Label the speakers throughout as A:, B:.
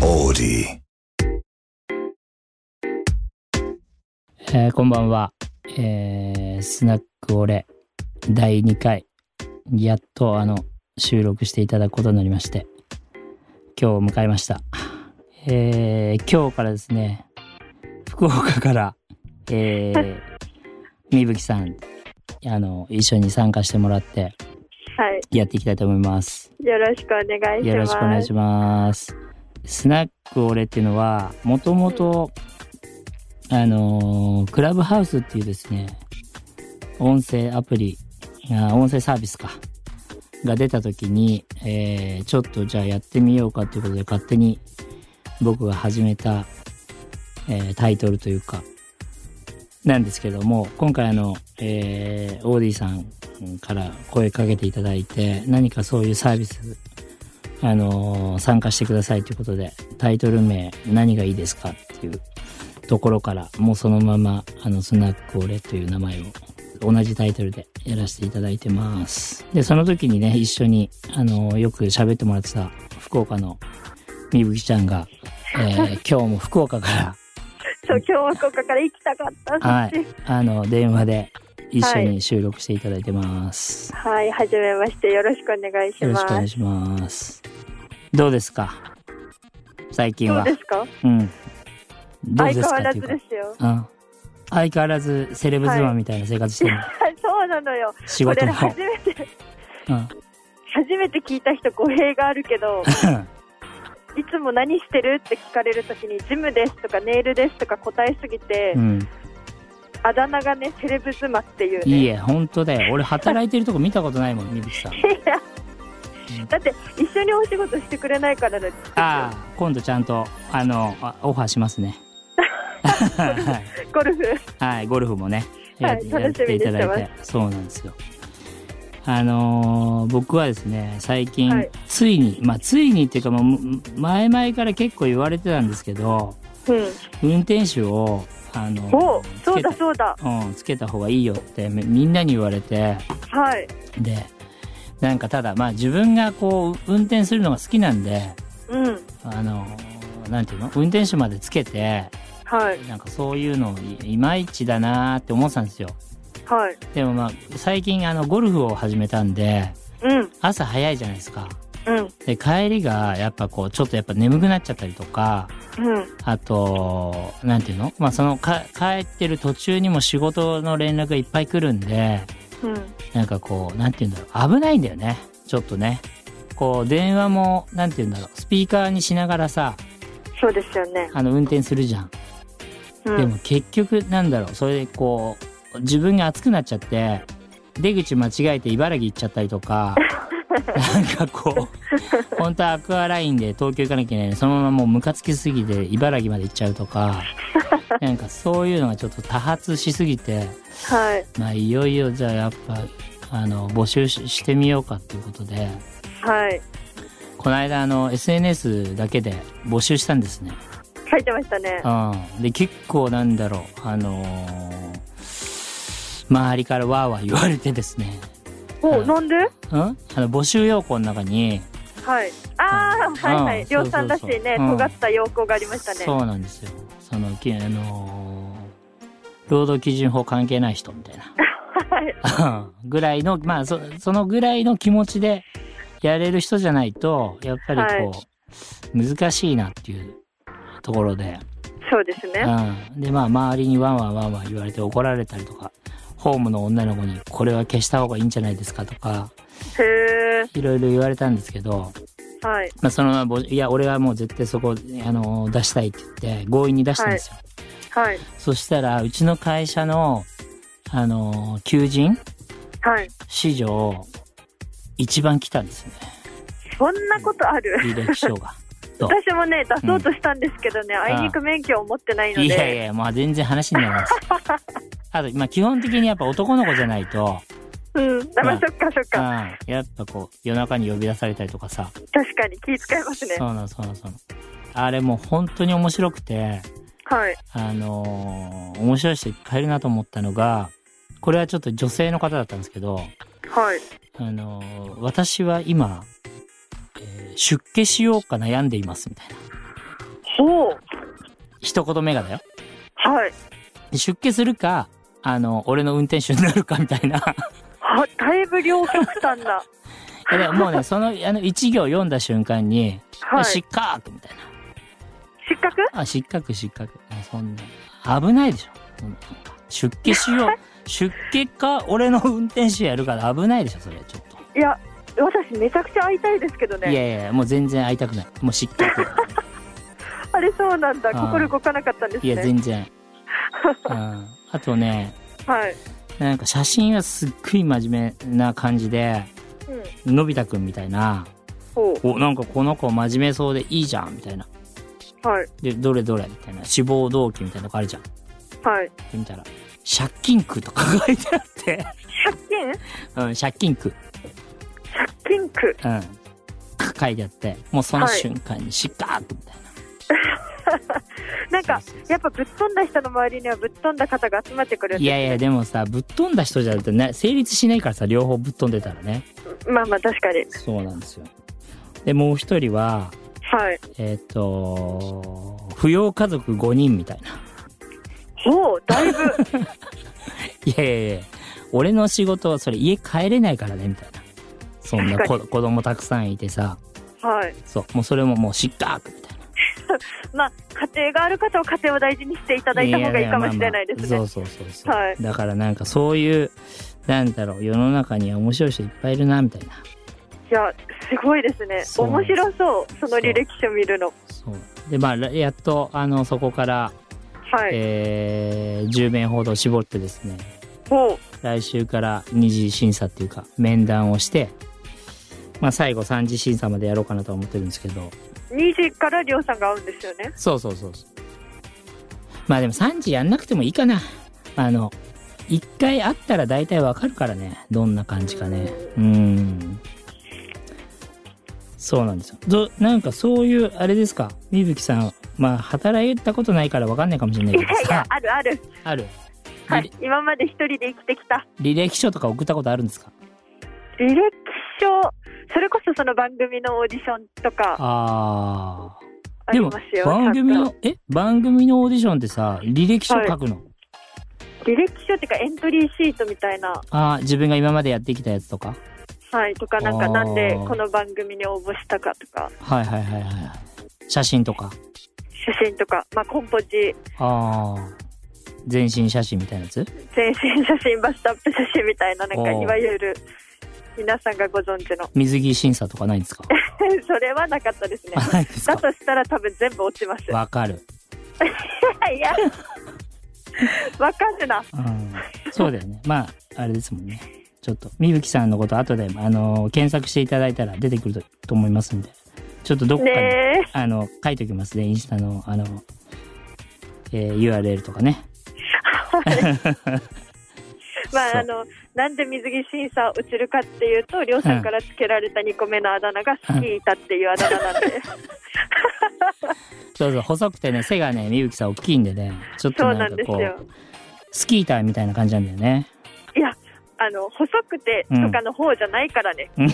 A: Melody.
B: えーこんばんは、えースナックオレ第2回やっとあの収録していただくことになりまして今日を迎えました、えー今日からですね福岡から、えー、みぶきさんあの一緒に参加してもらって
C: はい。
B: やっていきたいと思います
C: よろしくお願いします。
B: よろしくお願いします。スナックオレっていうのは、もともと、あのークラブハウスっていうですね、音声アプリ、あ音声サービスか、が出た時に、えーちょっとじゃあやってみようかということで、勝手に僕が始めた、えータイトルというか、なんですけども、今回あの、えーオーディさんから声かけていただいて、何かそういうサービスあのー参加してくださいということで、タイトル名何がいいですかっていうところから、もうそのまま、あの、スナックオレという名前を同じタイトルでやらせていただいてます。で、その時にね、一緒に、あのーよく喋ってもらってた福岡のみぶきちゃんが、え ー今日も福岡から、
C: そう、今日はここから行きたかったし。
B: は
C: はいい。、
B: あの、電話で一緒
C: は
B: に収録していただいてます。
C: はい、はじめまして。よろしくお願いし
B: よろ
C: ま
B: しくお願い
C: す。
B: します。どうですか最近
C: ど
B: は
C: うで。すか
B: うん。どう
C: 相
B: で
C: 変
B: すか
C: わ
B: っ
C: ら
B: てい
C: ず
B: うか
C: で。すよ。
B: うん。相変わらずセレブ妻みたいな生活してる、
C: はい、そうなのよ。
B: 仕
C: こ
B: 事
C: れ
B: も。
C: 初めて、
B: うん。
C: 初めて聞いた人語弊があるけど、いつも何してるって聞かれるときに、ジムですとかネイルですとか答えすぎて、
B: うん。
C: あだ名がね、セレブ妻っていうね。
B: いいえ、本当だよ。俺働いてるとこ見たことないもん、みぶきさん。
C: いやだって一緒にお仕事してくれないからだって
B: ああ、今度ちゃんと、あの、あオファーします ね。はい
C: ゴルフ
B: はい、ゴルフもね、
C: はい
B: やって
C: 楽しみにしてます
B: やっていただいて、そうなんですよ。あのー僕はですね、最近、
C: はい
B: ついに、まあ、ついにっていうか、もうむ前々から結構言われてたんですけど、
C: うん
B: 運転手を、あのー
C: おそうだ
B: つけ
C: そうだ
B: た、うん、つけた方がいいよってみみんなに言われて、
C: はい
B: で、なんかただ、まあ、自分がこう、運転するのが好きなんで、
C: うん
B: あのーなんていうの運転手までつけて、
C: はい
B: なんかそういうのいいまいちだなーって思ってたんですよ。
C: はい
B: でもまあ最近あのゴルフを始めたんで
C: うん
B: 朝早いじゃないですか
C: うん
B: で帰りがやっぱこうちょっとやっぱ眠くなっちゃったりとか
C: うん
B: あとなんていうのまあそのか帰ってる途中にも仕事の連絡がいっぱい来るんで
C: うん
B: なんかこうなんていうんだろう危ないんだよねちょっとねこう電話もなんていうんだろうスピーカーにしながらさ
C: そうですよね。
B: あの運転するじゃん
C: うん、
B: でも結局なんだろうそれでこう自分が熱くなっちゃって出口間違えて茨城行っちゃったりと かなんかこう本当はアクアラインで東京行かなきゃいけないのにそのままもうムカつきすぎて茨城まで行っちゃうと かなんかそういうのがちょっと多発しすぎて
C: はい
B: まあいよいよじゃあやっぱあの募集ししてみようかっていうことで
C: はい
B: この間あの SNS だけで募集したんですね。
C: 書いてましたね。
B: うん、で結構なんだろうあのー周りからわーわー言われてですね、
C: お
B: う
C: うんなんで？
B: うん、あの募集要項の中に
C: はい。ああはいは
B: うん
C: い。量産らしい
B: そうそう
C: ね。
B: そううん
C: 尖った要項がありましたね。
B: そうなんですよそのきあのー労働基準法関係ない人みたい
C: はい
B: な ぐらいのまあそそのぐらいの気持ちでやれる人じゃないとやっぱりこう、難しいなっていうところで。
C: そうですね。
B: うん、でまあ周りにワンワンワンワン言われて怒られたりとかホームの女の子に「これは消した方がいいんじゃないですか」とか
C: へえ
B: いろいろ言われたんですけど、
C: はい
B: まあ、そのままぼ「いや俺はもう絶対そこあの出したい」って言って強引に出したんですよ。
C: はい
B: そしたらうちの会社のあの求人
C: はい。
B: 市場一番来たんです よね
C: そんなことある？
B: 履歴書が。と
C: 私もね出そうとしたんですけどね、あいにく免許を持ってないの
B: いやい
C: で。
B: やまあ全然話にならない です。あと、まあ、基本的にやっぱ男の子じゃないと
C: うん。だから
B: うん
C: そっかそっか。
B: うん、やっぱこう夜中に呼び出されたりとかさ、
C: 確かに気遣いますね。
B: そうなのそうなのそうなのあれもう本当に面白くて
C: はい
B: あのー面白い人いっぱいいるなと思ったのがこれはちょっと女性の方だったんですけど、
C: はい。
B: あのー私は今、えー出家しようか悩んでいますみたいな
C: ほう。
B: 一言目がだよ。
C: はい。
B: で出家するか、あの、俺の運転手になるかみたいな。
C: は、だいぶ両極端な。
B: いやでももうね、その、あの、一行読んだ瞬間に、
C: はい。
B: 失格みたいな。
C: 失格
B: あ、失格、失格。あそんな。危ないでしょ。そんな出家しよ う。出家か、俺の運転手やるから危ないでしょ、それ、ちょっと。
C: いや、私めちゃくちゃ会いたいですけど
B: い
C: ね。
B: やいや、もう全然会いたくない。もう失格。
C: あれそうなんだ。
B: あー
C: 心動かなかったんです
B: いや、
C: ね。
B: 全然。うん。あとね、
C: はい。
B: なんか写真はすっごい真面目な感じで、
C: うん。
B: のび太くんみたいな、
C: ほ
B: お、なんかこの子真面目そうでいいじゃん、みたいな。
C: う。はい。
B: で、どれどれみたいな。志望動機みたいなのがあるじゃん。
C: はい。
B: で見たら、借金区とか書いてあって、
C: 借金
B: うん、借金区、
C: 借金区。
B: うん、書いてあって、もうその
C: はい
B: 瞬間にシカーッとみたいな。
C: なんか
B: そうそう、そう
C: やっぱぶっ飛んだ人の周りにはぶっ飛んだ方が集まってくるん
B: い
C: で
B: やいや、でもさ、ぶっ飛んだ人じゃなくてね、成立しないからさ、両方ぶっ飛んでたらね。
C: まあまあ確かに。
B: そうなんですよ。で、もう一人は、
C: はい。
B: えーっ、と、扶養家族5人みたいな。
C: ほう、だいぶ。
B: いやいやいや、俺の仕事はそれ家帰れないからね、みたいな。そんな子子供たくさんいてさ、
C: はい。
B: そう、もうそれももうシカーッみたいな。
C: まあ、家庭がある方は家庭を大事にしていただいた方がいいかもしれないです
B: や
C: ね
B: やまあまあ。そうそうそうそう、
C: はい
B: だからなんかそういうなんだろう世の中には面白い人いっぱいいるなみたいない
C: や、すごいですね。
B: そう
C: 面白そう、その履歴書見るの。
B: そうでまあらやっとあのそこから、
C: はい。
B: えー10名ほど絞ってですね
C: ほう。
B: 来週から二次審査っていうか面談をして、まあ、最後三次審査までやろうかなとは思ってるんですけど
C: 2時からりょうさんが会うんですよね。
B: そうそうそうそうまあでも3次やんなくてもいいかなあの一回会ったら大体わかるからねどんな感じかねうんそうなんですよどなんかそういうあれですかみぶきさんまあ働いたことないからわかんないかもしれない
C: い
B: け
C: やい
B: ど
C: や
B: さ、
C: あるある。
B: ある
C: はい。今まで一人で生きてきた。
B: 履歴書とか送ったことあるんですか
C: 履歴書、それこそその番組のオーディションとか
B: あ
C: あ
B: ーで
C: り
B: も
C: ますよ。
B: 番組
C: ちゃん
B: のえ番組のオーディションってさ履歴書書くの、
C: と履歴書っていうかエントリーシートみたいな、
B: ああ自分が今までやってきたやつとか
C: はい、とかなん
B: あ
C: か
B: ー
C: なんでこの番組に応募したかとか、
B: はいはいはいはいはい写真とか
C: 写真とか、まあコンポジ、
B: ああ全身写真みたいなやつ
C: 全身写真、バストアップ写真みたいな、なんか
B: おー
C: いわゆる皆さんがご存知の。
B: 水着審査とかないんですか
C: それはなかったですね。
B: あないです
C: だ
B: か
C: としたら多分全部落ちます。
B: わかる、
C: いや、 わかるな。
B: うん、そうだよねまああれですもんねちょっとみぶきさんのこと後で、あの検索していただいたら出てくるとと思いますんでちょっとどこかに、
C: ね
B: あの書いておきますねインスタのあの、えー URL とかね
C: え。ま
B: そう
C: あ、あの、なんで水着審査落ちるかっていうと、りょうさんから付けられた2個目のあだ名がスキー板っていうあだ名なんで。
B: そうそう細くてね背がねみぶきさん大きいんでねちょ っと
C: そう
B: な
C: なん
B: か
C: んで
B: こ
C: す
B: う
C: よ。
B: スキーターみたいな感じなんだよね
C: いや、あの、細くてとかの方じゃないからね、
B: うん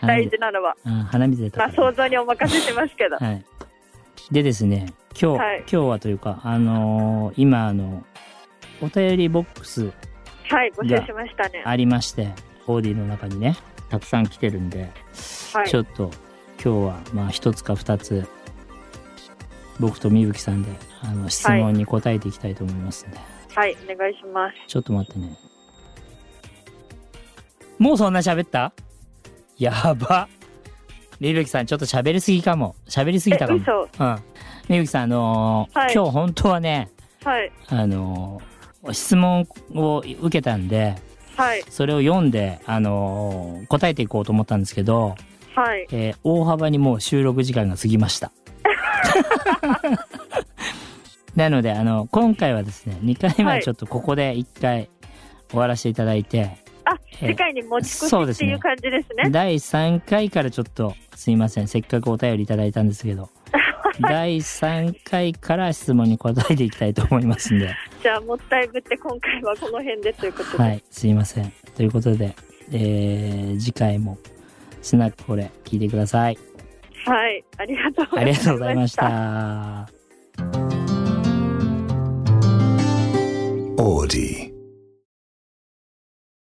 B: 花
C: 大
B: 火
C: 事なのは。
B: うん花火出たか
C: まあ、
B: ら
C: 想像にお任せしますけど。
B: はい。でですね、今日、
C: はい
B: 今日はというか、あのー今、あの、お便りボックス
C: はい、募集しましたね。
B: ありまして、オーディの中にね、たくさん来てるんで、
C: はい
B: ち。ょっと今日は、まあ、一つか二つ、僕とみぶきさんで、あの、質問に答えていきたいと思いますんで、
C: はい、お願いします。
B: ちょっと待ってね。もうそんな喋ったやば。みぶきさん、ちょっと喋りすぎかも。喋りすぎ
C: え
B: た、かも。
C: 嘘。
B: うん。みゆきさん、あのー
C: はい
B: 今日本当はね、
C: はい、
B: あのー質問を受けたんで、
C: はい、
B: それを読んで、あのー答えていこうと思ったんですけど、
C: はい。
B: えー大幅にもう収録時間が過ぎました。なので、あの、今回はですね、2回目ははいちょっとここで1回終わらせていただいて、
C: あ、
B: えー
C: 次回に持ち越し
B: そうで
C: っ
B: す
C: てい
B: ね
C: う感じですね。
B: 第3回からちょっとすいませんせっかくお便りいただいたんです けど第3回から質問に答えていきたいと思いますんで
C: じゃあ、もったいぶって今回はこの辺でということで。
B: はいすいませんということで、えー次回もスナックこれ聞いてください
C: はい、ありがとうござ
B: あ
C: いました。
B: りがとうございまし。た。
A: Audi.